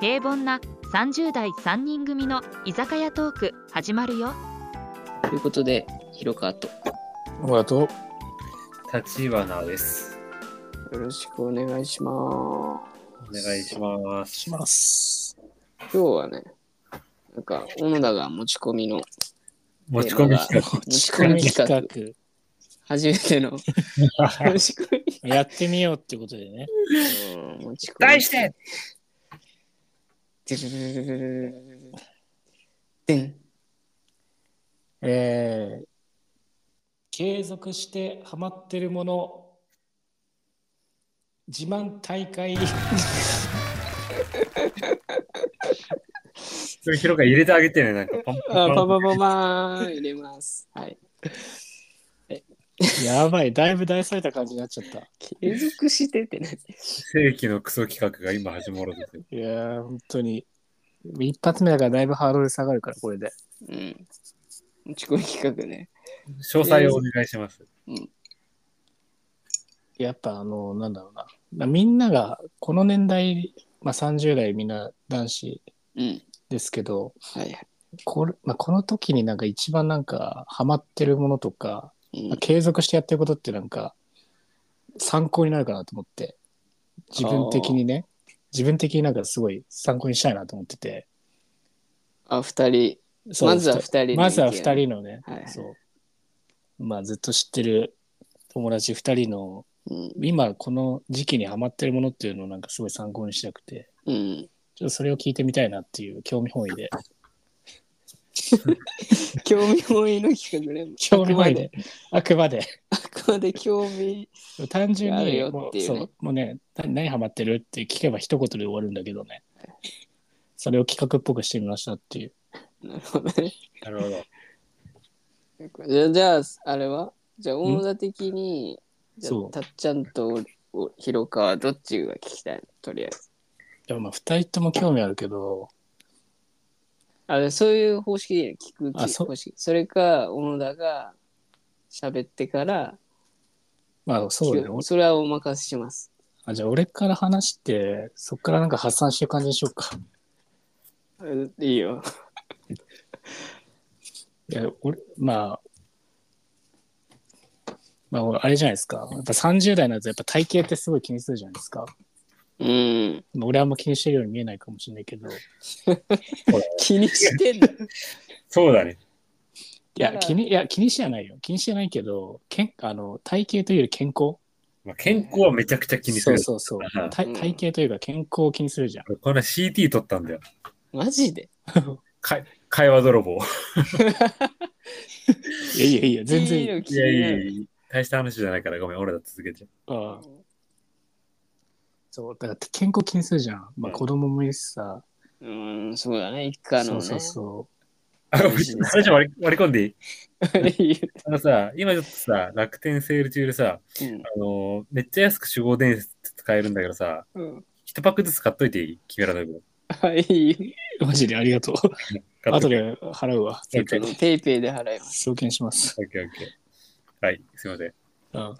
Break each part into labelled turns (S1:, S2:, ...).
S1: 平凡な30代3人組の居酒屋トーク始まるよ
S2: ということで、広川と。よ
S3: ありと
S4: 立花です。
S2: ろしくお願いします。
S4: お願いします。
S3: します。
S2: 今日はね、なんか、小野田が持ち込みの、
S4: 持ち込み企
S2: 持ち込み企
S3: 企
S2: 画、初めての持ち込み。
S3: 画やってみようってことでね。
S2: うん持ち込み。
S4: 画。題して
S2: てるるるるるるるるでん。
S3: えー、継続してハマってるもの、自慢大会。
S4: それ広が入れてあげてね、なんかパン
S2: あ、
S4: パ
S2: パ
S4: ン。
S2: パパパーン入れます。はい。
S3: やばい、だいぶ大された感じになっちゃった。
S2: 継続してってね。
S4: 正規のクソ企画が今始まろうとしてる。
S3: いやー、本当に。一発目だからだいぶハードル下がるから、これで。
S2: うん。持ち込み企画ね。
S4: 詳細をお願いします。
S3: やっぱあの、なんだろうな。まあみんなが、この年代、まあ、30代みんな男子
S2: うん。
S3: ですけど、
S2: はいは
S3: これまあ、この時になんか一番なんかハマってるものとか、
S2: い。
S3: まあ継続してやってることってなんか参考になるかなと思って自分的にね自分的になんかすごい参考にしたいなと思ってて
S2: あ、二人。
S3: そう
S2: まずは二人の意見。
S3: まずは2人のね、
S2: はいはい
S3: そうまあずっと知ってる友達2人の
S2: うん。
S3: 今この時期にハマってるものっていうのをなんかすごい参考にしたくて
S2: うん。
S3: ちょっとそれを聞いてみたいなっていう興味本位 で
S2: 興味本位の企画ね。
S3: 興味本位であくまで
S2: あくまで興味。
S3: 単純
S2: やる
S3: に
S2: よ
S3: も
S2: っ
S3: う
S2: ていうね
S3: そうもうね何何ハマってるって聞けば一言で終わるんだけど ねそれを企画っぽくしてみましたっていう
S2: なるほどね。
S4: なるほど。
S2: じゃあ、じゃああれはじゃあ、大田的に、じゃ
S3: そう
S2: あたっちゃんとお広川、どっちが聞きたいのとりあえず。
S3: でもまあ2人とも興味あるけど
S2: あそういう方式でいいの聞く
S3: あそ
S2: 方式。それか、小野田が喋ってから、
S3: まあそうだね
S2: 聞くそれはお任せします。
S3: あじゃあ俺から話してそっからなんか発散してる感じにしようか
S2: えいいよ。
S3: いや俺まあまあ俺あれじゃないですかやっぱ30代になるとやっぱ体型ってすごい気にするじゃないですか
S2: うん。
S3: まあ俺はあんま気にしてるように見えないかもしれないけどい
S2: 気にして んの
S4: そうだね。
S3: や気にいや気にしてはないよ気にしてはないけどけんあの体型というより健康
S4: まあ、健康はめちゃくちゃ気にする。
S3: そうそうそう
S4: うん
S3: 体体型というか健康を気にするじゃん
S4: この間 CT 撮ったんだよ。
S2: マジで
S4: か会話泥棒。
S3: いやいやいや全然い
S2: い
S3: い
S2: いの気
S4: い
S2: に
S4: や
S2: ないる
S4: やいや、大した話じゃないからごめん、俺ら続けて。
S3: ああそうだから健康気にするじゃん、まあ、
S4: うん
S3: 子供もいるしさ、
S2: うーん、そうだね、一家の
S3: そ
S2: ね。
S3: うそうそ
S4: あ、ごめん話割り割り込んでい
S2: い
S4: い
S2: いよ
S4: あのさ、今ちょっとさ、楽天セール中でさ、
S2: うん
S4: あのーめっちゃ安く守護伝説使えるんだけどさ、
S2: うん
S4: 一パックずつ買っといていい木村の分。
S2: はい、いいよ
S3: うマジでありがとう
S4: 買っ
S3: 後
S4: といて
S3: で払うわ
S4: オッケーオッ
S2: ペイペイで払います。
S3: 送金します、
S4: ケーオッケー。はい、すいません。
S3: うん、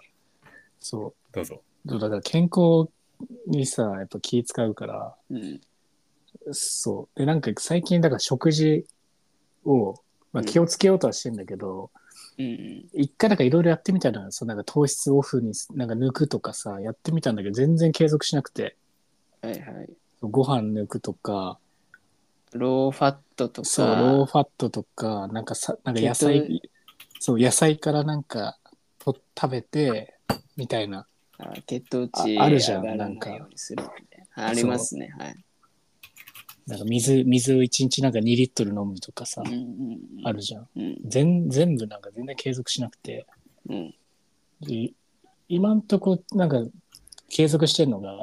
S3: そ
S4: どうぞ。
S3: うだから健康にさやっぱ気使うから
S2: うん。
S3: そうでなんか最近だから食事を、まあ、気をつけようとはしてんだけど、
S2: うん。
S3: 一回なんかいろいろやってみたのよそうなんか糖質オフになんか抜くとかさやってみたんだけど全然継続しなくて
S2: はいはい。
S3: ご飯抜くとか
S2: ローファットとか。
S3: そうローファットとかなんかさなんか野
S2: ケト
S3: 菜そう野菜からなんかと食べてみたいな
S2: あ血糖値
S3: ああるじゃん
S2: 上がら
S3: なんか
S2: いようにするみたいなありますね、はい。
S3: なんか水水を1日なんか2リットル飲むとかさ、
S2: うんうんうん。
S3: あるじゃん
S2: うん。
S3: 全全部なんか全然継続しなくて
S2: うん。
S3: で今んとこなんか継続してんのが、
S2: ん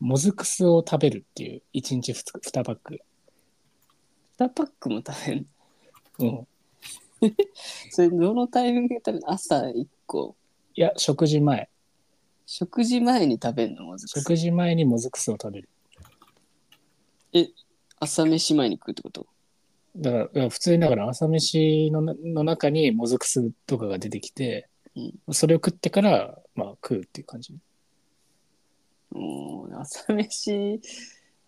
S3: もずく酢を食べるっていう1日 2, 2パック
S2: 2パックも食べる。
S3: うん
S2: それ、どのタイミングで食べるの朝1個。
S3: いや、食事前。
S2: 食事前に食べるのまずく。
S3: 食事前にもずく酢を食べる。
S2: 朝飯前に食うってこと
S3: だから、だから普通にだから朝飯のなの中にもずく酢とかが出てきて、それを食ってから、まあ、食うっていう感じ。
S2: もう朝飯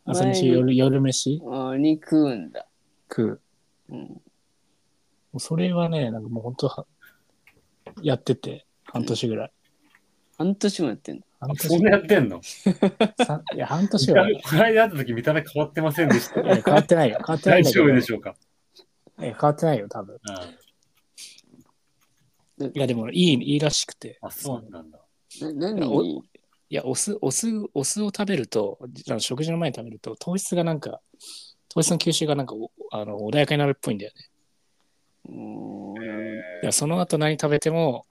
S3: 朝
S2: 前
S3: 飯、
S2: に
S3: 夜、夜飯
S2: あに食うんだ。
S3: 食う。
S2: うん。
S3: もうそれはね、なんかもう本当は、やってて、半年ぐらい。
S2: 半年もやってんの。
S3: 半
S4: そ
S3: 年
S4: んなやってんの
S3: さいや、半
S4: 見
S3: 年
S4: た
S3: は、
S4: 目
S3: い
S4: この間会った時見た目変わってませんでした。
S3: や変わってないよ。変わってない
S4: 大
S3: んだけど。
S4: 丈
S3: い
S4: 夫で
S3: や
S4: しょうか。
S3: 変わってないよ、多分。
S4: う
S3: いや、でも、いい、いいらしくて。
S4: ん、あ、そうなんだ。
S2: な何
S3: お
S2: に
S3: いや、お酢、お酢、お酢を食べると、あの食事の前に食べると、糖質がなんか、糖質の吸収がなんかおあの穏やかになるっぽいんだよね。
S2: うーん
S3: いや、その後何食べても、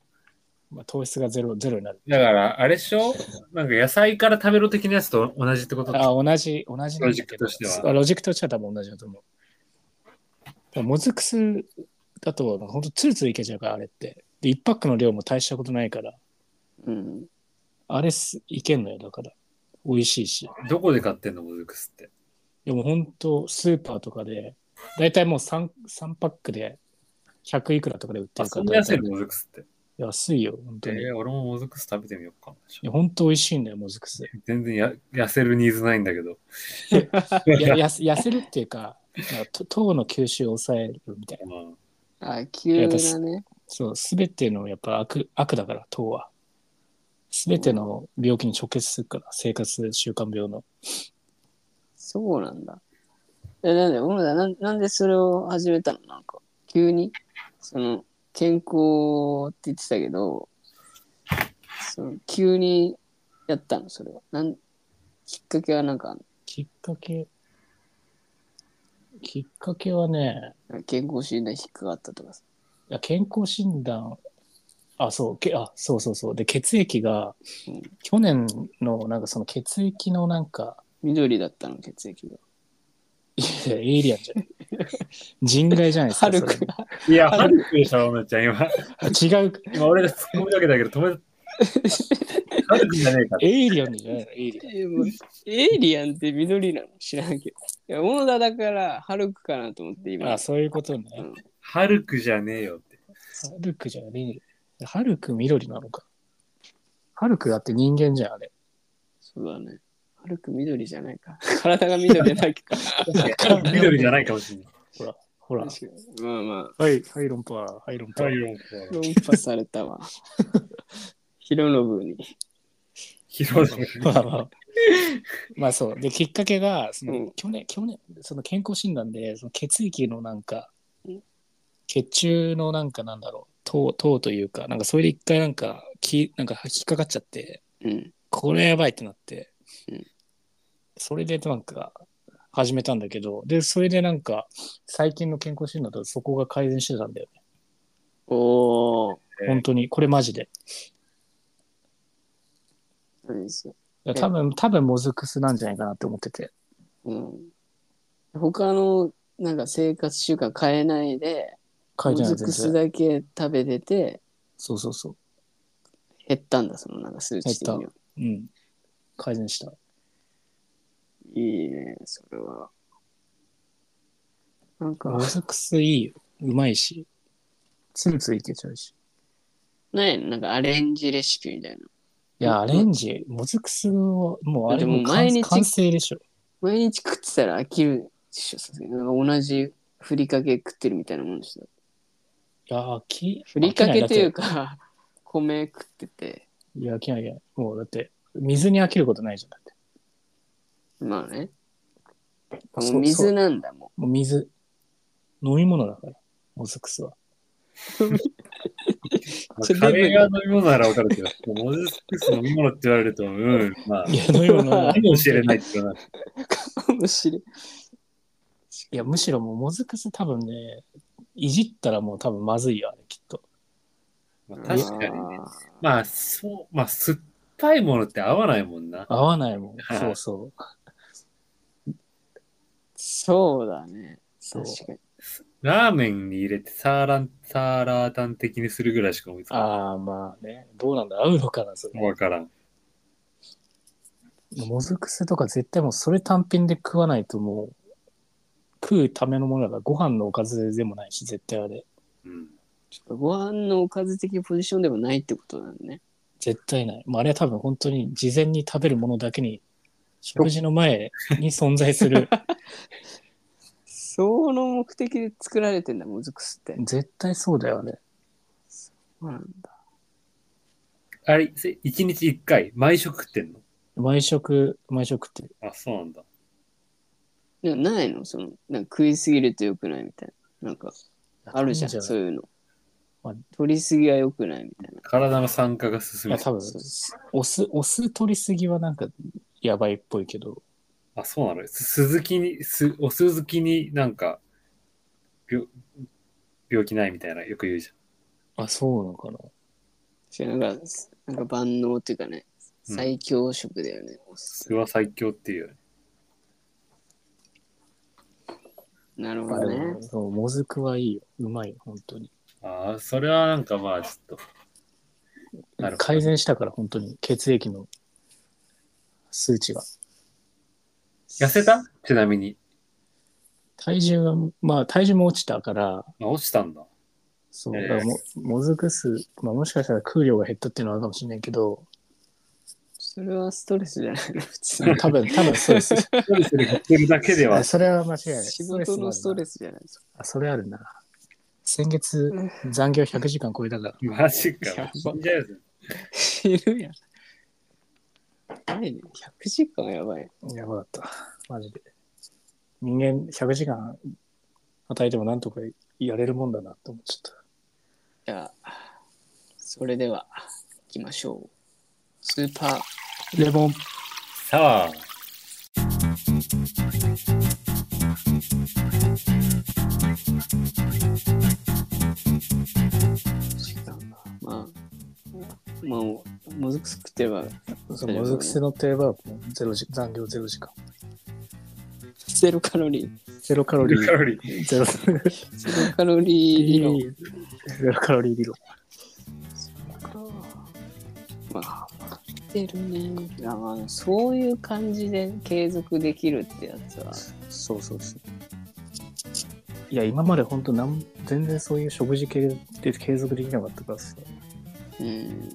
S3: まあ、糖質がゼロ、ゼロになる。
S4: だから、あれでしょなんか野菜から食べろ的なやつと同じってこと
S3: あ、同じ、同じなんだけど
S4: ロジックとしては
S3: あロジックとしては多分同じだと思う。でももずく酢だと、本当ツルツルいけちゃうから、あれって。で、一パックの量も大したことないから、
S2: うん。
S3: あれすいけんのよ、だから。美味しいし。
S4: どこで買ってんのモズクスって。
S3: でも本当スーパーとかで、だいたいもう 3, 三パックで100いくらとかで売って
S4: あ、
S3: るから
S4: そん。な安い
S3: 大体
S4: のモズクスって。
S3: 安いよ、本当に。い
S4: えー、俺もモズクス食べてみようか
S3: や本当美味しいんだよ、もずく酢。い
S4: 全然や痩せるニーズないんだけど。
S3: や やす痩せるっていうか、なんかと糖の吸収を抑えるみたいな。
S4: まあ
S2: あ、急だね。
S3: そう、すべてのやっぱ悪悪だから、糖は。すべての病気に直結するから、生活習慣病の。
S2: そうなんだ。え、なんで、小野田なんなんでそれを始めたのなんか、急に、その、健康って言ってたけど、その急にやったの、それは。なんきっかけはなんかあんの、
S3: きっかけ、きっかけはね、
S2: なんか健康診断引っかかったとかさ。
S3: いや健康診断、あ、そう、けあ、そうそうそう。で、血液が
S2: うん、
S3: 去年の、なんかその血液のなんか、
S2: 緑だったの、血液が。
S3: いやエイリアンじゃ ない。人外じゃないですか。
S2: はる
S3: そ
S2: く
S3: れ
S2: が。
S4: いや、ハルクでしょ、おなちゃん。今、
S3: あ違う。
S4: 今俺が突っ込みかけたけど、止 めハルクじゃねえか。
S3: エイリアンじゃないのエイリアン。
S2: えもうエイリアンって緑なの知らんけど。いや、小野田だから、はるくかなと思って今。
S3: あ、そういうことね。
S2: うん
S4: ハルクじゃねえよって。
S3: ハルクじゃねえ。ハルク緑なのか。ハルクだって人間じゃん、あれ。
S2: そうだね。はるく緑じゃないか。体が緑なきゃか。
S4: 緑じゃないかもしれない。
S3: ほら。
S2: 確かにまあまあ。
S3: はい、はい、論破。はい、論破。
S4: 太陽
S2: 論破されたわ。広信に。
S4: 広
S3: まあ
S4: い。
S3: まあ、まあそう。で、きっかけが、そうの
S2: ん
S3: 去年、去年、その健康診断で、その血液のなんか
S2: うん、
S3: 血中のなんかなんだろう、糖、糖というか、なんかそれで一回なんか、きなんか引っかかっちゃって、
S2: うん。
S3: これやばいってなって、
S2: うん
S3: それでなんか、始めたんだけど、で、それでなんか、最近の健康診断だとそこが改善してたんだよね。
S2: おー。
S4: えー
S3: 本当に、これマジで。
S2: 何ですよ。
S3: いや多分、多分、もずくすなんじゃないかなって思ってて。
S2: うん。他の、なんか生活習慣変えないで、
S3: 書いてない
S2: もずく酢
S3: 全然
S2: だけ食べてて、
S3: そうそうそう。
S2: 減ったんだ、そのなんか数値的には。
S3: うん。改善した。
S2: いいね、それは。なん
S3: も
S2: か、
S3: ずく酢いいよ。うまいし。つるつるいけちゃうし。
S2: ね、なんかアレンジレシピみたいな。
S3: いや、アレンジ、もずく酢を、もうあれも
S2: だってもう
S3: う
S2: 毎日
S3: 完完成でしょ。
S2: 毎日食ってたら飽きるでしょ、さすがに。なんか同じふりかけ食ってるみたいなもんでしょ。
S3: いやー、き、
S2: ふりかけという
S3: か。
S2: か、米食ってて。
S3: いや、飽きない飽きない。もうだって、水に飽きることないじゃん。だって
S2: まあね。
S3: そう
S2: もう水なんだも
S3: もう水、飲み物だから、もずく酢は。
S2: それ
S4: カレーが飲み物ならわかるけど、モズクス飲み物って言われると、うん、まあ、
S3: いや、飲み物は
S4: かもしれ ないってな。
S2: ん。かもしれん。
S3: いや、むしろもうもずく酢多分ね、いじったらもう多分まずいよ、あれ、きっと。
S4: まあ確かにね。
S2: あ
S4: まあ、そう、まあ、酸っぱいものって合わないもんな。
S3: 合わないもん。
S4: はい
S3: そうそう。
S2: ーそうだね。
S3: そう
S2: 確かに。
S4: ラーメンに入れてサーラン、サーラータン的にするぐらいしか思いつか
S3: ああ、まあね。どうなんだ合うのかな、それ
S4: ない。。わからん。
S3: もずく酢とか絶対もうそれ単品で食わないともう、食うためのものだからご飯のおかずでもないし、絶対あれ。
S4: うん。
S2: ちょっとご飯のおかず的ポジションでもないってことなんだね。
S3: 絶対ない。もうあれは多分本当に事前に食べるものだけに食事の前に存在す る、
S2: その目的で作られてんだ、もずく酢って。
S3: 絶対そうだよね。
S2: そうなんだ。
S4: あれ、せ一日一回、毎食食ってんの
S3: 毎食、毎食って
S4: あ、そうなんだ。
S2: でもないのその、なんか食いすぎると良くないみたいな。なんか、あるじゃん、
S3: いい
S2: そういうの
S3: まあ。
S2: 取りすぎは良くないみたいな。
S4: 体の酸化が進
S3: いや
S4: む。
S3: 多分、お酢、お酢取りすぎはなんか、やばいっぽいけど、
S4: あ、そうなのす鈴木に、すお鈴木になんか、病、病気ないみたいな、よく言うじ
S3: あ、そうなのかな。
S2: しかもなんか、なんか万能っていうかね、
S4: うん
S2: 最強食だよね。お
S4: ゃん。
S2: 酢
S4: それは最強っていうよね。
S2: なるほ
S3: まあ
S2: ど
S3: で
S2: ね
S3: も、。そうもずくはいいよ。うまいよ、本当に。
S4: ああ、それはなんかまあ、ちょっと。なるほど
S3: 改善したから、本当に血液の数値が。
S4: 痩せたちなみに。
S3: 体重が、まあ体重も落ちたから、
S4: あ、落ちたんだ。
S3: そう、
S4: えー
S3: だからももずく酢、まあもしかしたら空量が減ったっていうのはあるかもしれないけ ど、
S2: それはストレスじゃない の、普通に。
S3: 多分、多分そうです。
S4: ストレスで減ってるだけでは。
S3: それは間違いない。
S2: 仕事のストレ
S3: ス
S2: スじゃないですか。
S3: もあるな。あ、それあるな。先月、残業100時間超えたから。
S4: マジ
S2: や
S4: か
S2: ば。
S4: 死んじゃうよ
S2: いるやん。やばいね。100時間はやばい。
S3: やばかった。マジで。人間100時間与えてもなんとかやれるもんだなと思っちゃった。
S2: じゃあ、それでは、行きましょう。スーパー
S3: レモン。
S4: さあ、
S2: 時間が。まあ、まあ、もずくすくってれば、
S3: そう、もずく酢乗ってれば、もうゼロ時残業ゼロ時間。
S2: ゼロカロリー。
S3: ゼロカロ
S4: カ
S3: リー。
S4: ロリー。
S3: ゼロカロリ
S2: ゼロカロリー理論。
S3: ー。ゼロカロリー理論。
S2: まあ、ってるね。あまあ、そういう感じで継続できるってやつは、
S3: そうそうそう。いや、今まで本当なん、全然そういう食事系で継続できなかったからですね。
S2: うん。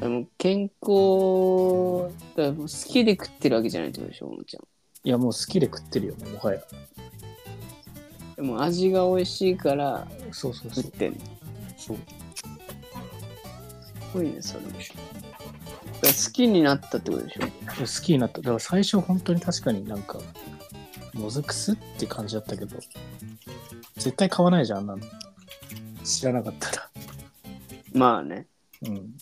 S2: でも健康、だからもう好きで食ってるわけじゃないってことでしょ、ももちゃん。
S3: いや、もう好きで食ってるよね、もはや。
S2: でも味が美味しいから
S3: そうそう
S2: 食ってんの。
S3: そう。
S2: すごいね、それも。だから好きになったってことでしょ。
S3: 好きになった。だから最初本当に確かになんか、もずくすって感じだったけど、絶対買わないじゃん、あんなの。知らなかったら。
S2: まあね。
S3: うん。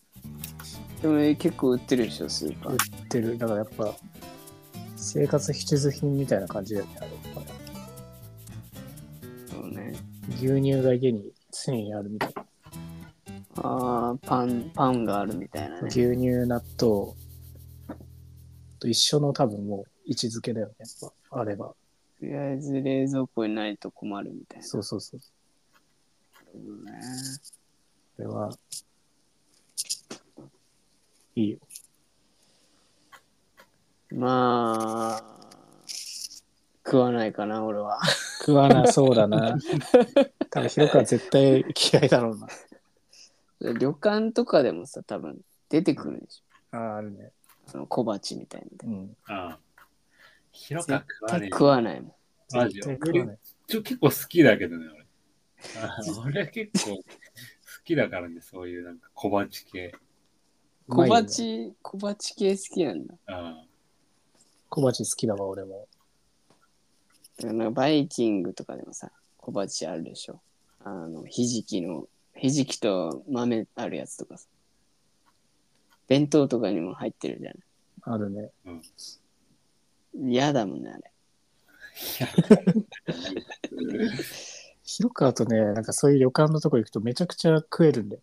S2: でも結構売ってるでしょ、スーパ
S3: 売
S2: ー。
S3: ってる。だからやっぱ、生活必需品みたいな感じだよね、あれ
S2: そうね。
S3: 牛乳が家に常にあるみたいな。
S2: ああ、パン、パンがあるみたいなね。
S3: 牛乳、納豆と一緒の多分もう位置づけだよね、やっぱ。あれば。
S2: とりあえず冷蔵庫にないと困るみたいな。
S3: そうそうそう。
S2: うね。
S3: これは、いいよ。
S2: まあ、食わないかな、俺は。
S3: 食わなそうだな。 多分、広川絶対嫌いだろうな。
S2: 旅館とかでもさ、多分出てくるでし
S3: ああ、あるね。
S2: ょ。その小鉢みたいなので。
S3: うん。
S4: ああ。広
S2: 絶
S4: く食わ
S2: 対
S4: ねえ
S2: 食わないもん。
S4: マジ
S3: 絶対食わない。
S4: ちょ結構好きだけどね、俺。あ俺は結構好きだからね、そういうなんか小鉢系。
S3: う
S2: 小
S3: まいよね
S2: 鉢、小鉢系好きなんだ。
S4: あ
S3: 小鉢好きだわ、俺も。
S2: だからなんかバイキングとかでもさ、小鉢あるでしょ。あの、ひじきの、ひじきと豆あるやつとかさ。弁当とかにも入ってるじゃない。
S3: あるね。
S2: 嫌だもんね、あれ。
S3: 広川とね、なんかそういう旅館のとこ行くとめちゃくちゃ食えるんだよ。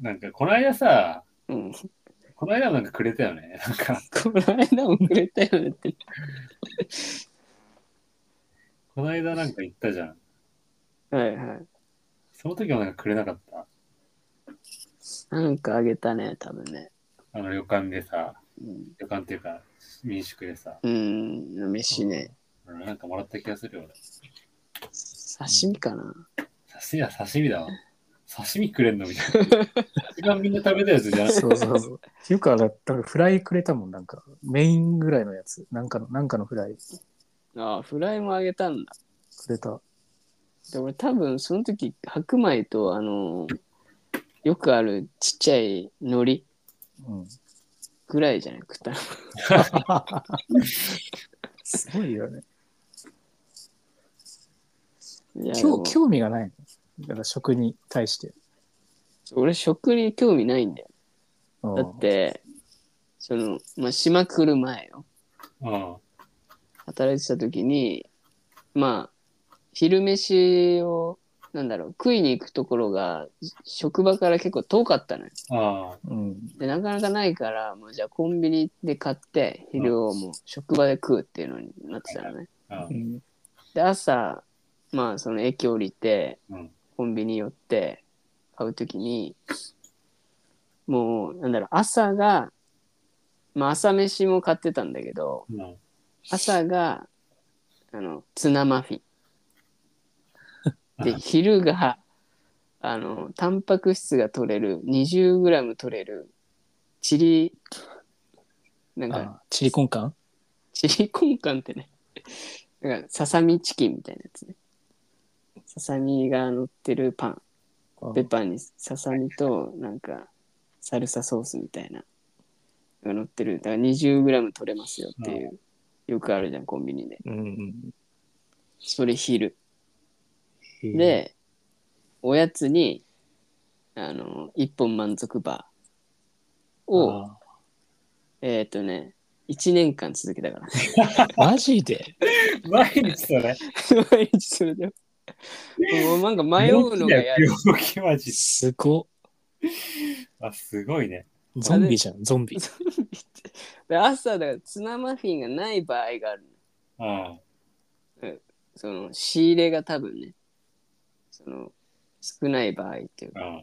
S4: なんかこの間さ、
S2: うん。
S4: この間なんかくれたよね。 なんか、
S2: この間もくれたよねって。
S4: この間なんか行ったじゃん。
S2: はいはい。
S4: その時もなんかくれなかった。
S2: なんかあげたね、多分ね。
S4: あの旅館でさ、
S2: うん。
S4: 旅館っていうか民宿でさ、
S2: うん、飯ね。
S4: 俺なんかもらった気がするよ、俺。
S2: 刺身かな
S4: 刺身は刺身だわ。刺身くれんのみたいな。一番みんな食べたやつじゃない
S3: そうそう そう。っていうか、あれなんかフライくれたもん、なんか、メインぐらいのやつ、なんかの、なんかのフライ
S2: ああ、フライもあげたんだ。
S3: くれた。
S2: で俺多分その時白米とあのよくあるちっちゃい海苔
S3: うん。
S2: ぐらいじゃなくて
S3: すごいよね。
S2: いやで
S3: 興
S2: も
S3: 興味がないの。だから食に対して。
S2: 俺食に興味ないんだよ
S3: うん
S2: だってその、まあ、島来る前よ
S4: あ
S2: 働いてた時にまあ昼飯をなんだろう食いに行くところが職場から結構遠かったのよ
S4: あ、あ
S3: うん。
S2: でなかなかないからもうじゃあコンビニで買って昼をもう職場で食うっていうのになってたのね
S4: あ、ああ
S3: うん
S2: で朝まあその駅降りて
S4: うん。
S2: コンビニ寄って買うときにもうなんだろう朝がまあ朝飯も買ってたんだけど
S4: うん
S2: 朝があのツナマフィンで
S4: あ
S2: 昼があのタンパク質が取れる 20g 取れるチリなんか
S3: あチリコンカン
S2: チリコンカンってね、なんかささみチキンみたいなやつね。ささみが乗ってるパン。ペッパーにささみとなんかサルサソースみたいなのが乗ってる。だから 20g 取れますよっていう。よくあるじゃん、コンビニで。
S3: うんうん。
S2: それ昼。
S3: へー、
S2: で、おやつに、あの、一本満足バーを、
S3: あ
S2: えっ、とね、1年間続けたから。
S3: ーマジで
S4: 毎日それ。
S2: 毎日それで。もうなんか迷うのがやる。
S4: 病気マジ。
S3: すご
S4: あ、すごいね。
S3: っ。ゾンビじゃん、ゾンビ。
S2: で朝だからツナマフィンがない場合がある
S4: あ
S2: その仕入れが多分ねその少ない場合っていう
S4: あ、
S2: か
S4: あ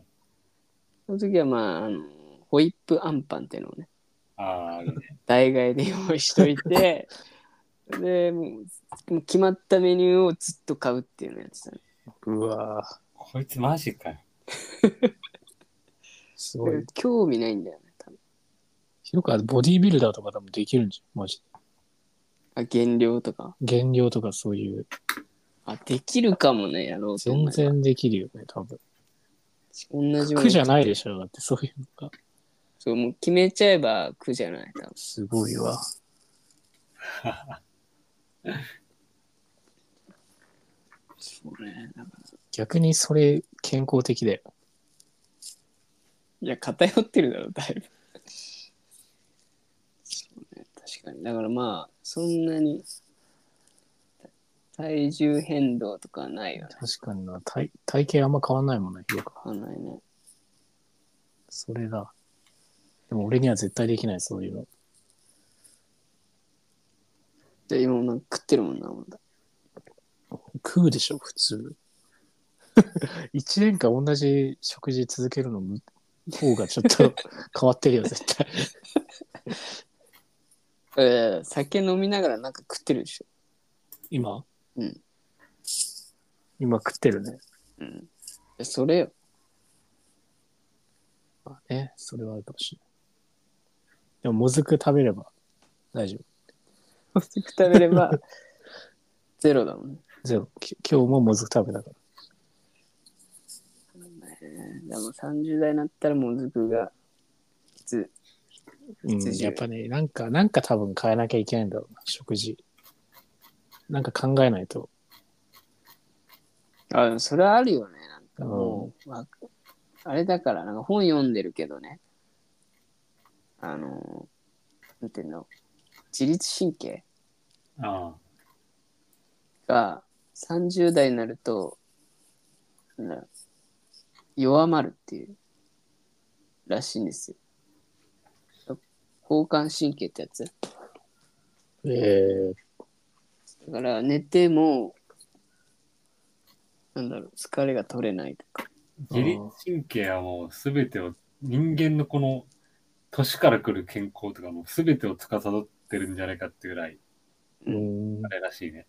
S2: その時はまああのホイップアンパンっていうのをね
S4: あ、あああるね。
S2: 代替えで用意しとい てでもうもう決まったメニューをずっと買うっていうのやつだね
S3: うわー
S4: こいつマジかよ。
S3: すごい。
S2: 興味ないんだよね多分
S3: ひろか、ボディービルダーとかでもできるんじゃん、マジ
S2: あ減量とか
S3: で。減量とかそういう。
S2: あできるかもねやろうと思え
S3: 全
S2: ば
S3: 然できるよね、多分。
S2: 同じよう
S3: 苦じゃ
S2: に
S3: ないでしょ、だってそういうのが。
S2: そうもう決めちゃえば苦じゃない多分
S3: すごいわ。
S2: そうねなんか
S3: 逆にそれ健康的だよ。
S2: いや、偏ってるだろ、だいぶ。そうね、確かに。だからまあ、そんなに、た体重変動とかはないよね。
S3: 確かにな。体体型あんま変わんないもんね、ひろか。
S2: わかんないね。
S3: それだ。でも俺には絶対できない、そういうの。
S2: で、今もなんか食ってるもんな、まだ。
S3: 食うでしょ、普 通。一年間同じ食事続けるのむ方がちょっ と変わってるよ、絶対。
S2: えー、酒飲みながらなんか食ってるでしょ。
S3: 今
S2: うん。
S3: 今食ってるね。
S2: うん。でそれ よ。
S3: まあね、それはあるかもしれない。でも、もずく食べれば大丈夫。
S2: お肉食べれば、ゼロだもんね。
S3: ゼロ。き今日ももずく食べたから。
S2: でも30代になったらもずくが、きつ
S3: う
S2: い。きつ
S3: ん、
S2: いし
S3: やっぱね、なんか、なんか多分変えなきゃいけないんだろうな、食事。なんか考えないと。
S2: あ、でもそれはあるよね。なんかもう、わあれだから、なんか本読んでるけどね。あの、なんていうの、自律神経
S4: あ
S2: が30代になると、なんだろう弱まるっていう、らしいんですよ。交感神経ってやつ。
S3: えー、
S2: だから寝ても、なんだろう、疲れが取れないとか。
S4: あ。自律神経はもうすべてを、人間のこの、年から来る健康とかもすべてを司ってるんじゃないかってぐらい、
S3: うん
S4: あ。れらし いね。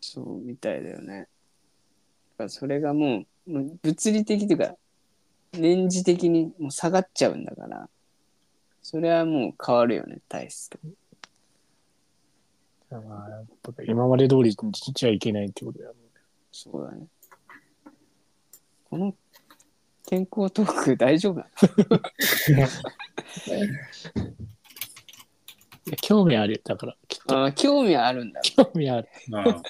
S2: そうみたいだよね。だからそれがもう、もう物理的というか、年次的にもう下がっちゃうんだから、それはもう変わるよね、体質と。
S3: まあ、やっぱ今まで通りにじゃいけないってことだよね。
S2: そうだね。この健康トーク 大丈夫なの
S3: いや興味あるよだから、きっと。
S2: あー興味はあるんだろ
S3: 興味ある。
S4: まあ、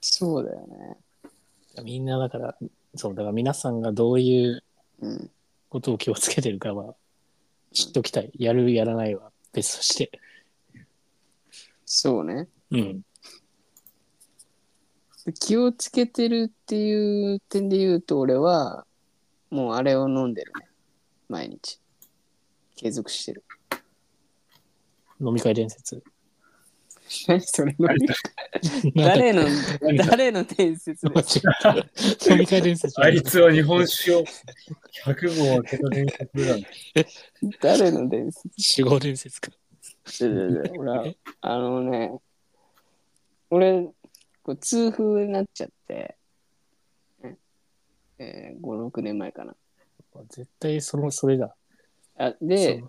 S2: そうだよね。
S3: みんなだから、そう、だから皆さんがどういう
S2: うん。
S3: ことを気をつけてるかは、知っときたい。やる、やらないは別として。
S2: そうね。
S3: うん。
S2: で気をつけてるっていう点で言うと、俺は、もうあれを飲んでるね。毎日。継続してる。
S3: 飲み会伝説。
S2: 何それ飲み会
S3: なん
S2: 誰の、
S4: 何だ
S2: 誰の伝説
S3: か
S2: で
S3: 間違えた 飲み会伝説じゃ
S4: あ
S3: ない
S4: いつは日本酒を100号を開けた伝説だね。
S2: 誰の伝説
S3: 守護伝説か。
S2: 違う違う違う俺は、あのね、俺、こう痛風になっちゃって、ねえー、5、6年前かな。
S3: 絶対その、それだ。
S2: あで、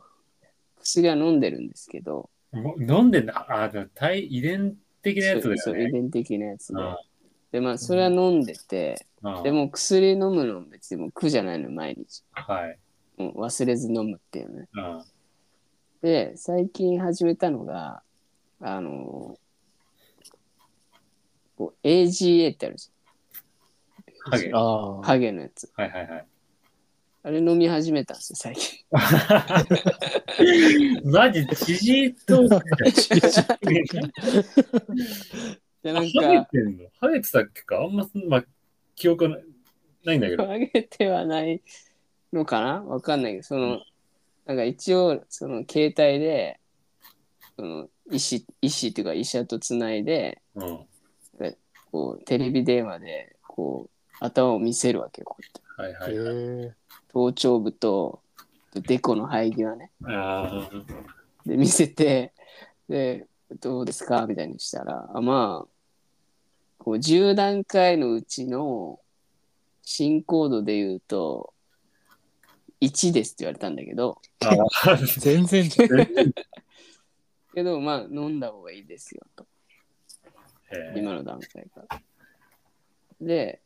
S2: 薬は飲んでるんですけど、
S4: もう飲んでんだ。あ、だ体遺伝的なやつだ
S2: そ
S4: よ
S2: うそう遺
S4: ね。
S2: 伝的なやつで。
S4: あ
S2: で、まあ、それは飲んでて、
S4: あ
S2: でも薬飲むの別にもう苦じゃないの、毎日。
S4: はい。
S2: もう忘れず飲むっていうね。
S4: あ
S2: で、最近始めたのが、あのこう AGA ってあるじ
S4: ハゲ。
S3: あ
S4: は
S3: あ
S2: ゃん。。ハゲのやつ。
S4: いはいはい。
S2: あれ飲み始めたんですよ、最近。
S4: マジ、知事と、ハ
S2: で、なん
S4: ゲ
S2: か、
S4: てんのハゲてたっけかあんま、まあ、記憶はなないんだけど。
S2: ハゲてはないのかなわかんないけど、その、なんか一応、その携帯で、その医師、医師っていうか医者とつないで、
S4: うん。は
S2: こう、テレビ電話で、こう、頭を見せるわけよ、こうやって。
S4: い
S3: へ
S4: はい。
S3: え。
S2: 頭頂部と、デコの生え際ね。
S4: ああ。
S2: で、見せて、で、どうですかみたいにしたら、あまあ、こう、10段階のうちの進行度で言うと、1ですって言われたんだけど、
S4: ああ。
S3: 全然。
S2: けど、まあ、飲んだ方がいいですよ、と。
S4: えー
S2: 今の段階から。で、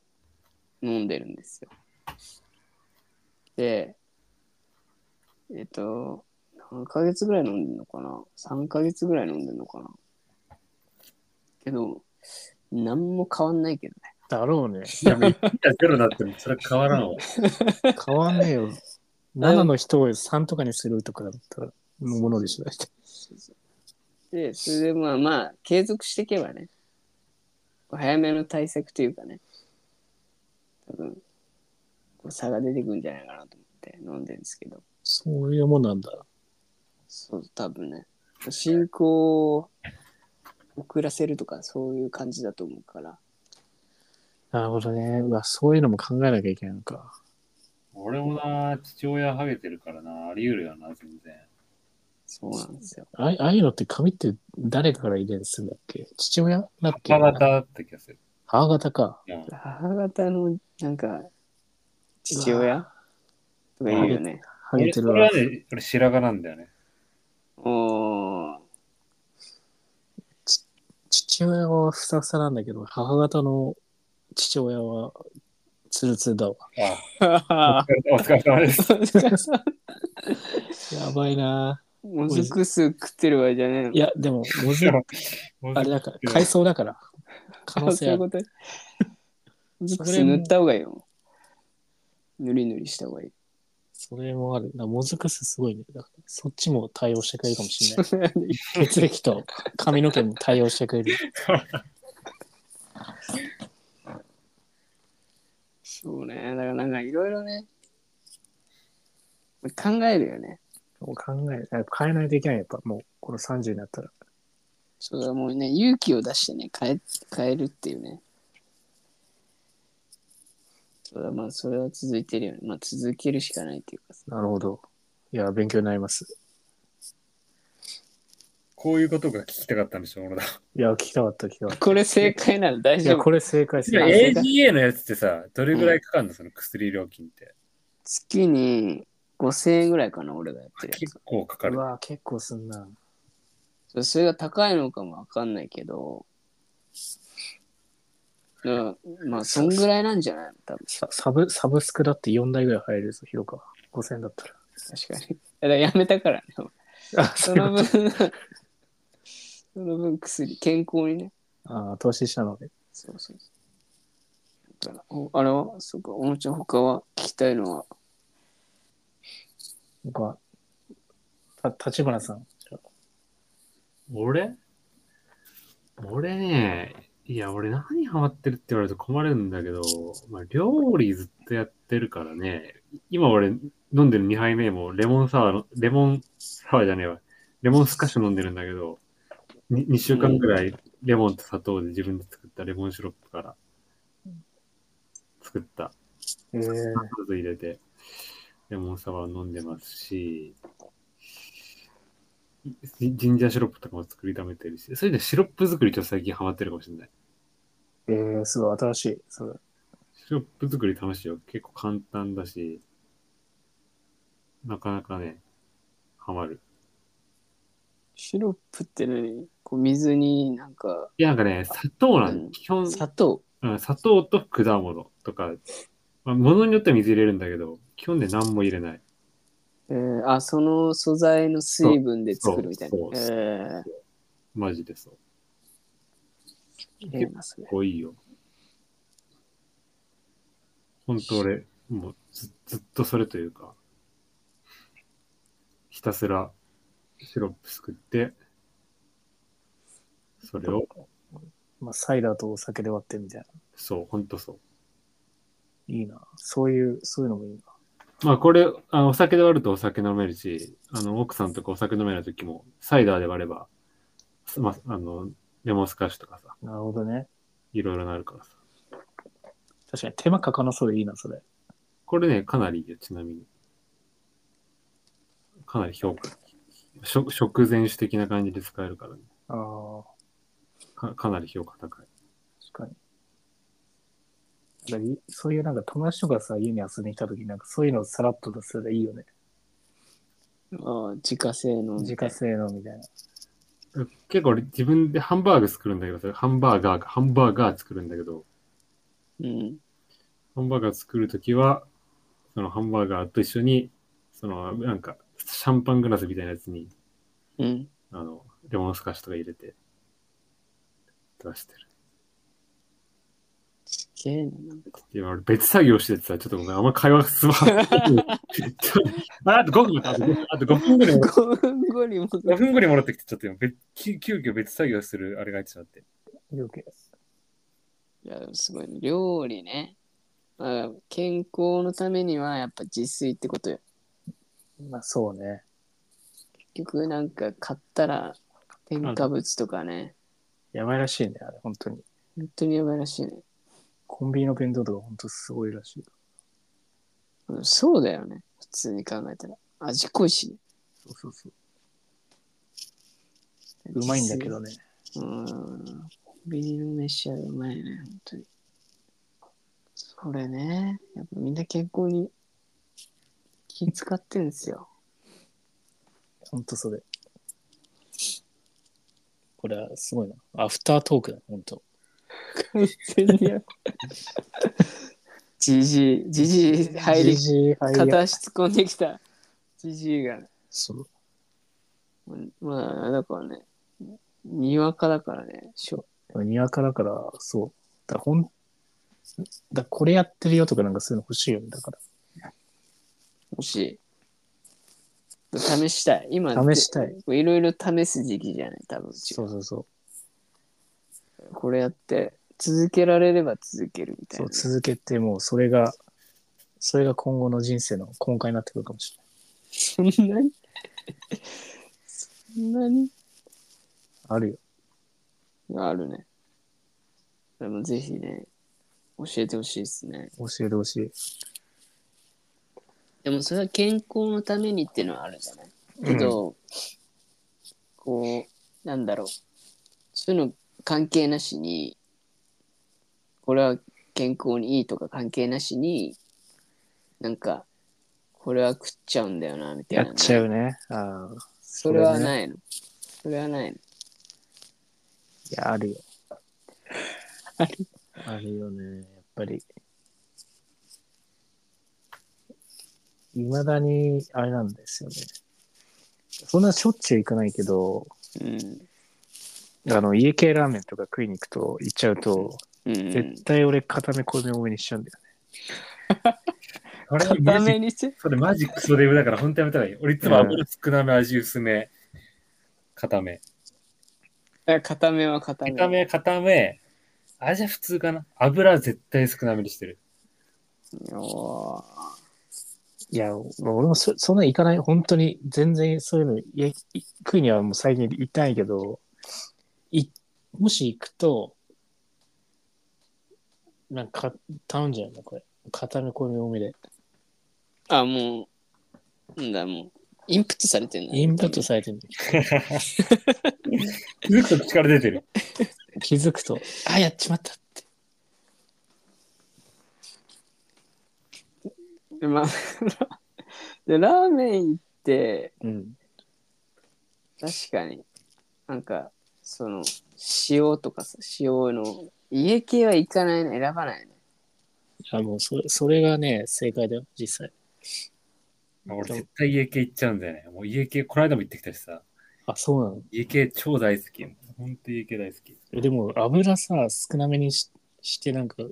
S2: 飲んでるんですよ。で、えっと、何ヶ月ぐらい飲んでんのかな ?3 ヶ月ぐらい飲んでんのかなけど、何も変わんないけどね。
S3: だろうね。
S4: いや、めっちゃゼロになっても、それ変わらんわ。
S3: 変わんねえよ。7の人を3とかにするとかだったら、のものでしょ。だって
S2: で、それでまあまあ、継続していけばね、早めの対策というかね、多分、こう差が出てくるんじゃないかなと思って飲んでるんですけど。
S3: そういうもんなんだ。
S2: そう、多分ね。進行を遅らせるとか、そういう感じだと思うから。
S3: なるほどね。うわ、そういうのも考えなきゃいけないのか。
S4: 俺もな、父親ハゲてるからな、あり得るよな、全然。
S2: そうなんですよ。
S3: あああいうのって紙って誰かから遺伝するんだっけ父親だっけ
S4: 母方だった気がする。
S3: 母方か。
S4: うん
S2: 母方の、なんか、父親とか言うよね。
S3: ハゲてる
S4: それ
S3: わ
S4: は。ね、俺白髪なんだよね。
S2: おー。
S3: 父親はふさふさなんだけど、母方の父親はツルツルだわ。
S4: あお疲れ様です。
S3: やばいな
S2: もずく酢食ってるわじゃねえの
S3: ぁ。いや、でも、もずあれだから、海藻だから。可能
S2: あそう
S3: 性
S2: い
S3: あ
S2: う
S3: る。
S2: こともずく
S3: そ
S2: 酢
S3: れも
S2: 塗った方がいいよ。ぬりぬりした方がいい。
S3: それもある。だからもずくすすごいね。だからそっちも対応してくれるかもしれない。
S2: それはね
S3: 血液と髪の毛も対応してくれる。
S2: そうね。だからなんかいろいろね、考えるよね。
S3: もう考える、やっぱ変えないといけない。やっぱもう、この30になったら。
S2: そうだもうね、勇気を出してね、変え変えるっていうね。そうだ、まあ、それは続いてるよね。まあ、続けるしかないっていうかさ。
S3: なるほど。いや、勉強になります。
S4: こういうことが聞きたかったんでしょ、俺ら。
S3: いや、聞きたかった、聞きたかっ
S2: これ正解なら大
S3: た。い
S2: 丈
S3: や、
S2: 夫。
S3: これ正解です
S4: いや、
S3: ね。
S4: AGA のやつってさ、どれぐらいかかるの、その薬料金って。
S2: 月に5000円ぐらいかな、俺がやってるやつ
S4: 結構かか
S3: う
S4: る。
S3: わ、結構すんな。
S2: そう。それが高いのかもわかんないけど、だからまあ、そんぐらいなんじゃないの多分、
S3: さサブ、サブスクだって4台ぐらい入るぞ、広川。5000円だったら。
S2: 確かに。 だからやめたからね。
S3: あ、
S2: そ
S3: そ
S2: う
S3: いう
S2: の
S3: こ
S2: 分、 その分薬、健康にね。
S3: と。あー投資したので。
S2: そうそうそう。だからおあれは、そうか、おもちゃん他は聞きたいのは、
S3: 僕は、た、立花さん。
S4: 俺俺ね、いや、俺何ハマってるって言われると困るんだけど、まあ、料理ずっとやってるからね、今俺飲んでる2杯目もレモンサワーの、レモンサワーじゃねえわ、レモンスカッシュ飲んでるんだけど、に 2, 週間くらいレモンと砂糖で自分で作ったレモンシロップから作った
S3: えー、
S4: サンド入れて、レモンサワー飲んでますし、ジジンジャーシロップとかも作りためてるし、そういうのシロップ作りちょっと最近ハマってるかもしれない。
S3: えー、すごい、新しい。それ
S4: シロップ作り楽しいよ。結構簡単だし、なかなかね、ハマる。
S2: シロップって何こう水になんか、
S4: いや、なんかね、砂糖なんだ
S2: うん
S4: 基本、
S2: 砂糖。
S4: うん砂糖と果物とか、まあ、物によっては水入れるんだけど、基本で何も入れない。
S2: えー、あ、その素材の水分で作るみたいな
S4: そう。
S2: え
S4: そうそうマジでそう。
S2: ー、いいな、それ
S4: 結。構いいよ。本当俺、もうずずっとそれというか、ひたすらシロップ作って、それを、
S3: まあ、サイダーとお酒で割ってみたい
S4: そう、ほんとそ
S3: な。いいな。そういう、そういうのもいいな。
S4: う。まあこれ、あお酒で割るとお酒飲めるし、あの、奥さんとかお酒飲めない時も、サイダーで割れば、すまあ、あの、レモンスカッシュとかさ、
S3: なるほどね。
S4: いろいろなるからさ。
S3: 確かに手間かかなそうでいいな、それ。
S4: これね、かなりいいよ、ちなみに。かなり評価。食食前酒的な感じで使えるからね。
S3: ああ、
S4: かかなり評価高い。
S3: 確かに。だからいそういうなんか友達とかさ、家に遊びに来た時になんかそういうのをさらっと出すればいいよね。
S2: ああ、自家製の。
S3: 自家製のみたいな。
S4: 結構俺自分でハンバーグ作るんだけどさ、ハンバーガーか、ハンバーガー作るんだけど、
S2: うん。
S4: ハンバーガー作るときは、そのハンバーガーと一緒に、そのなんか、シャンパングラスみたいなやつに、
S2: うん。
S4: あの、レモンスカッシュとか入れて、出してる。
S2: すげえな。なんか
S4: 今俺別作業しててさ、ちょっとごめん、あんま会話進まない。ちょっとああと5分、あと5分あと5分ぐらい戻っ
S2: 5分後にも、
S4: 5分ぐらい戻ってきて、ちょっと今別、急急遽別作業するあれが入ってしまって。
S3: よけ
S2: いや、すごいね。料理ね。あ健康のためにはやっぱ自炊ってことよ。
S3: まあそうね。
S2: 結局なんか買ったら添加物とかね。
S3: やばいらしいね、あれ、本当に。
S2: 本当にやばいらしいね。
S3: コンビニの弁当とか本当すごいらしい。
S2: うんそうだよね。普通に考えたら。味濃いしね。
S3: そうそうそう。うまいんだけどね。
S2: うん。コンビニの飯はうまいね、本当に。それね。やっぱみんな健康に気使ってんです よ。
S3: 本当それ。これはすごいな。アフタートークだ、本当。
S2: 完全に。じじい、じじい入り
S3: じじい入り
S2: 片足突っ込んできたじじいが、
S3: そう。
S2: まあだからねにわかだからねしょ
S3: にわかだから、そう。だからほん、だからこれやってるよとかなんかそういうの欲しいよね。だか
S2: もし試したい今
S3: ら。試したい。
S2: いろいろ試す時期じゃない多分
S3: そうそうそう。
S2: これやって続けられれば続けるみたい
S3: そ
S2: な
S3: う、続けてもう、それが、それが今後の人生の根幹になってくるかもしれ
S2: そんなにそんなに
S3: ない。あるよ。
S2: あるねでもぜひね教えてほしいですね
S3: 教えてほしい。
S2: でもそれは健康のためにっていうのはあるじゃないけど、こなんだろう、そういうの関係なしに、これは健康にいいとか関係なしに、なんか、これは食っちゃうんだよな、みたい
S3: や
S2: な。
S3: っちゃうね。ああ。
S2: それはないの。それはないの。
S3: いや、あるよ。ある あるよね、やっぱり。いまだに、あれなんですよね。そんなしょっちゅう行かないけど、
S2: うん。
S3: あの、家系ラーメンとか食いに行くと、行っちゃうと、
S2: うん、
S3: 絶対俺、固め小め多めにしちゃうんだよね。
S4: あれ
S2: 固めにして。
S4: それマジクソデブだから本当やめた方がいい。俺いつも油少なめ、味薄め、固め。
S2: あ固めは固め。
S4: 固め、固め、味は普通かな。油は絶対少なめにしてる。
S2: おー
S3: いや、俺もそそんな行かない、本当に、全然そういうの、いやい食いにはもう最近行ったんやけど、いもし行くと、なんか頼んじゃうの、これ。固め込み多めで。
S2: あ、もう、なんだ、もう、インプットされてんだ。
S3: インプットされてる
S4: ずっと力出 てる。
S3: 気づくと、あ、やっちまったって。
S2: まあ、 でラーメン行って、
S3: うん。
S2: 確かに、なんか、その、塩とかさ、塩の、家系は行かないね、選ばないね。
S3: あ、もうそれ、それがね、正解だよ、実際。
S4: 俺絶対家系行っちゃうんだよね。もう家系、この間も行ってきたしさ。
S3: あ、そうなの
S4: 家系超大好き。本当家系大好き。
S3: えでも、油さ、少なめにしして、なんか、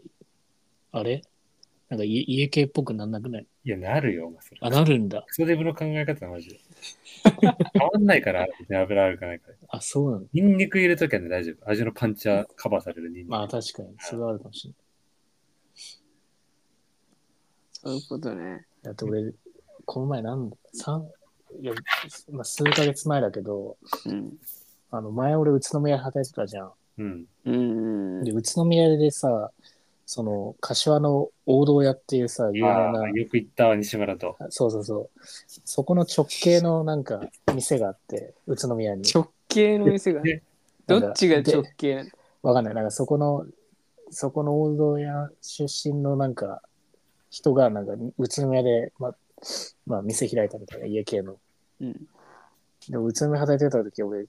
S3: あれなんか家、家系っぽくなんなくない
S4: いや、なるよ、お前それ
S3: あ、なるんだ。
S4: クソデブの考え方マジで。変わんないから、別に油あるかないから。
S3: あ、そうなの
S4: ニンニク入れときゃね、大丈夫。味のパンチはカバーされるニンニク。
S3: まあ、確かに、それはあるかもしれない。
S2: そういうことね。
S3: だって俺、この前なんだ、三いや、まあ、数ヶ月前だけど、
S2: うん。
S3: あの、前俺、宇都宮で働いてたじゃん。
S4: うん。
S2: うん。
S3: で、宇都宮でさ、その、柏の大道屋っていうさ、有名
S4: あ
S3: な
S4: あ、、よく行ったわ、西村と。
S3: そうそうそう。そこの直系のなんか店があって、宇都宮に。
S2: 直系の店が
S4: で、
S2: どっちが
S3: で
S2: 直系なの
S3: わかんない。なんかそこの、そこの大道屋出身のなんか人がなんか宇都宮で、ま、まあ店開いたみたいな家系の。
S2: うん。
S3: でも宇都宮働いてた時俺、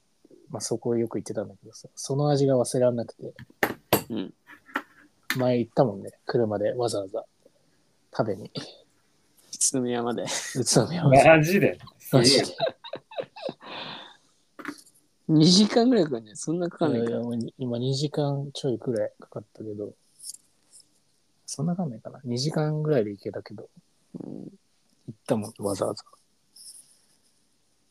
S3: まあそこよく行ってたんだけどさ、その味が忘れられなくて、
S2: うん。
S3: 前行ったもんね。車でわざわざ食べに。
S2: 宇都宮まで。
S3: 宇都宮まで。
S4: マジで。
S3: マジで
S2: 2時間ぐらいかかるんじゃないそんなかかんない
S3: い
S2: か
S3: やいや今2時間ちょいくらいかかったけど、そんなかんないかな。2時間ぐらいで行けたけど、
S2: うん
S3: 行ったもん、わざわざ。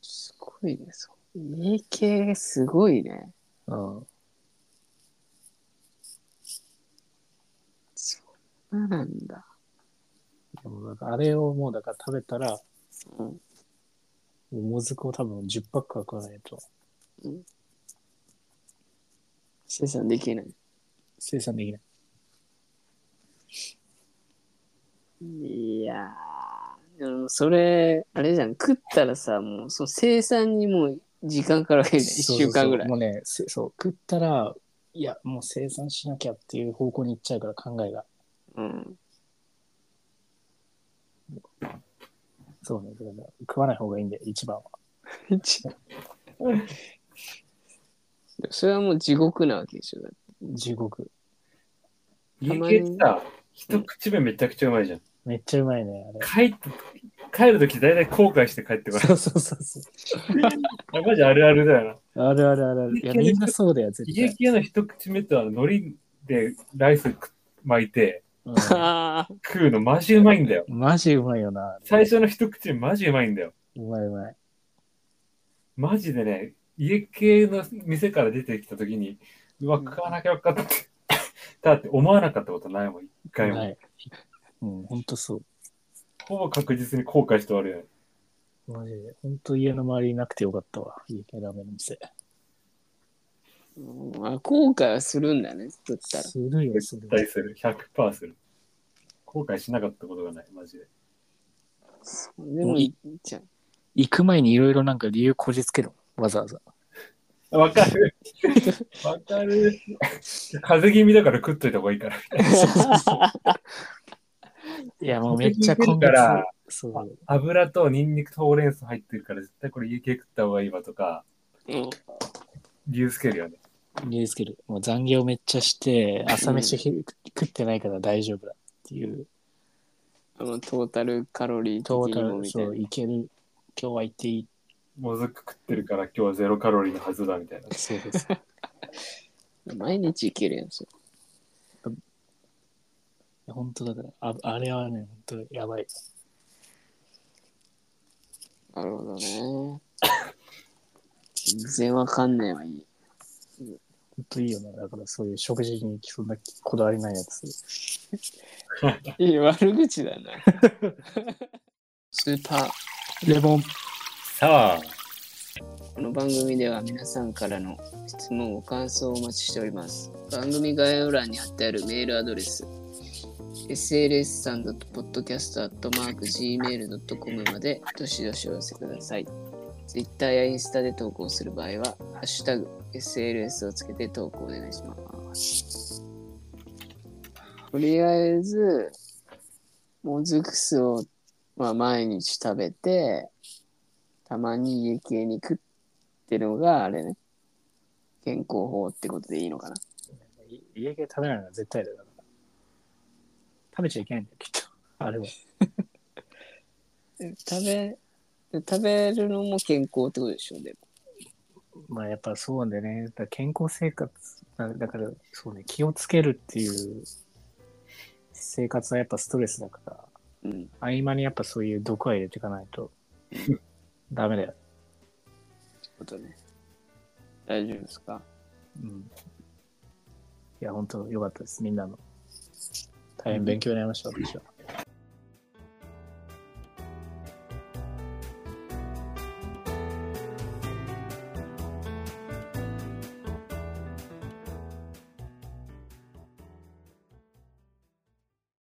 S2: すごいね。そう家系すごいね。
S3: うん。
S2: そんななんだ。
S3: でもなんかあれをもうだから食べたら、
S2: うん
S3: もずくを多分10パックは食わないと
S2: 生産できない。
S3: 生産できない。
S2: いやー、でもそれ、あれじゃん、食ったらさ、もうその生産にもう時間かかるわけじゃん、
S3: そう
S2: 1
S3: そうそう
S2: 週間ぐらい
S3: も。うね、せそう、食ったら、いや、もう生産しなきゃっていう方向に行っちゃうから考えが。
S2: うん。
S3: そうね、だから食わない方がいいんだよ、一番は。
S2: でもそれはもう地獄なわけでしょ。だって
S3: 地獄。
S4: 家系ってさ、一口目めちゃくちゃうまいじゃん。
S3: めっちゃうまいね、あれ。
S4: 帰って、帰るとき大体後悔して帰ってくる。
S3: そうそうそうそう。
S4: あマジあるあるだよな。
S3: あるあるあるある。いや、みんなそうだよ、絶
S4: 家
S3: 対。
S4: 系の一口目とあの海苔でライス巻いて
S3: うん
S2: あ
S4: 食うのマジうまいんだよ。
S3: マジうまいよな。
S4: 最初の一口目マジうまいんだよ。
S3: うまいうまい。
S4: マジでね、家系の店から出てきたときに、うわ、食わなきゃよ かったって、だって思わなかったことないもん、一回も。
S3: はい。うん、ほんとそう。
S4: ほぼ確実に後悔して終わるよね。
S3: マジで。ほんと家の周りになくてよかったわ。家系ラーメンの店。
S2: ーうんあ、後悔はするんだね、食ったら。
S3: するよ、す
S4: 絶
S3: るよ
S4: 対する。100%する。後悔しなかったことがない、マジで。
S2: でもいいじゃん。
S3: 行く前にいろいろなんか理由こじつけるもんわざわざ。
S5: わかる。わかる。風邪気味だから食っといた方がいいから。
S3: いや、もうめっちゃ今
S5: 聞いてるから
S3: 月、そう、
S5: 油とニンニクとほうれん草入ってるから絶対これ家系食った方がいいわとか、
S2: うん
S5: 理由つけるよね。
S3: 理由つける。もう残業めっちゃして、朝飯ひ食ってないから大丈夫だっていう、
S2: あのトータルカロリー的
S3: トータ
S2: にも
S3: ル、
S2: みたい
S3: そ
S2: な
S3: う、いける、今日は行っていい。
S5: もずく食ってるから今日はゼロカロリーのはずだみたいな。
S3: そうです。
S2: 毎日いけるやんそれ
S3: 本当だから、ああれはね、本当やばい。
S2: なるほど ね全然わかんねえわいい
S3: 本当いいよね。だからそういう食事にそんなこだわりないやつ。
S2: いい悪口だ な スーパー
S3: レモン。
S5: さあ、
S2: この番組では皆さんからの質問、ご感想をお待ちしております。番組概要欄に貼ってあるメールアドレス、sls.podcast.gmail.com までどしどしお寄せください。Twitter やインスタで投稿する場合は、ハッシュタグ、sls をつけて投稿お願いします。とりあえず、もずく酢を、まあ、毎日食べて、たまに家系に食ってるのが、あれね。健康法ってことでいいのかな。
S3: い家系食べないのは絶対だよだから。食べちゃいけないんだよ、きっと。あれは。
S2: 食べ、食べるのも健康ってことでしょ、でも。
S3: まあやっぱそうなんだよね。だから健康生活だ、だからそうね、気をつけるっていう生活はやっぱストレスだから、
S2: うん。
S3: 合間にやっぱそういう毒は入れていかないとダメだよ。
S2: ことね。大丈夫ですか
S3: うん。いや、本当良かったです、みんなの。大変勉強になりました、私は。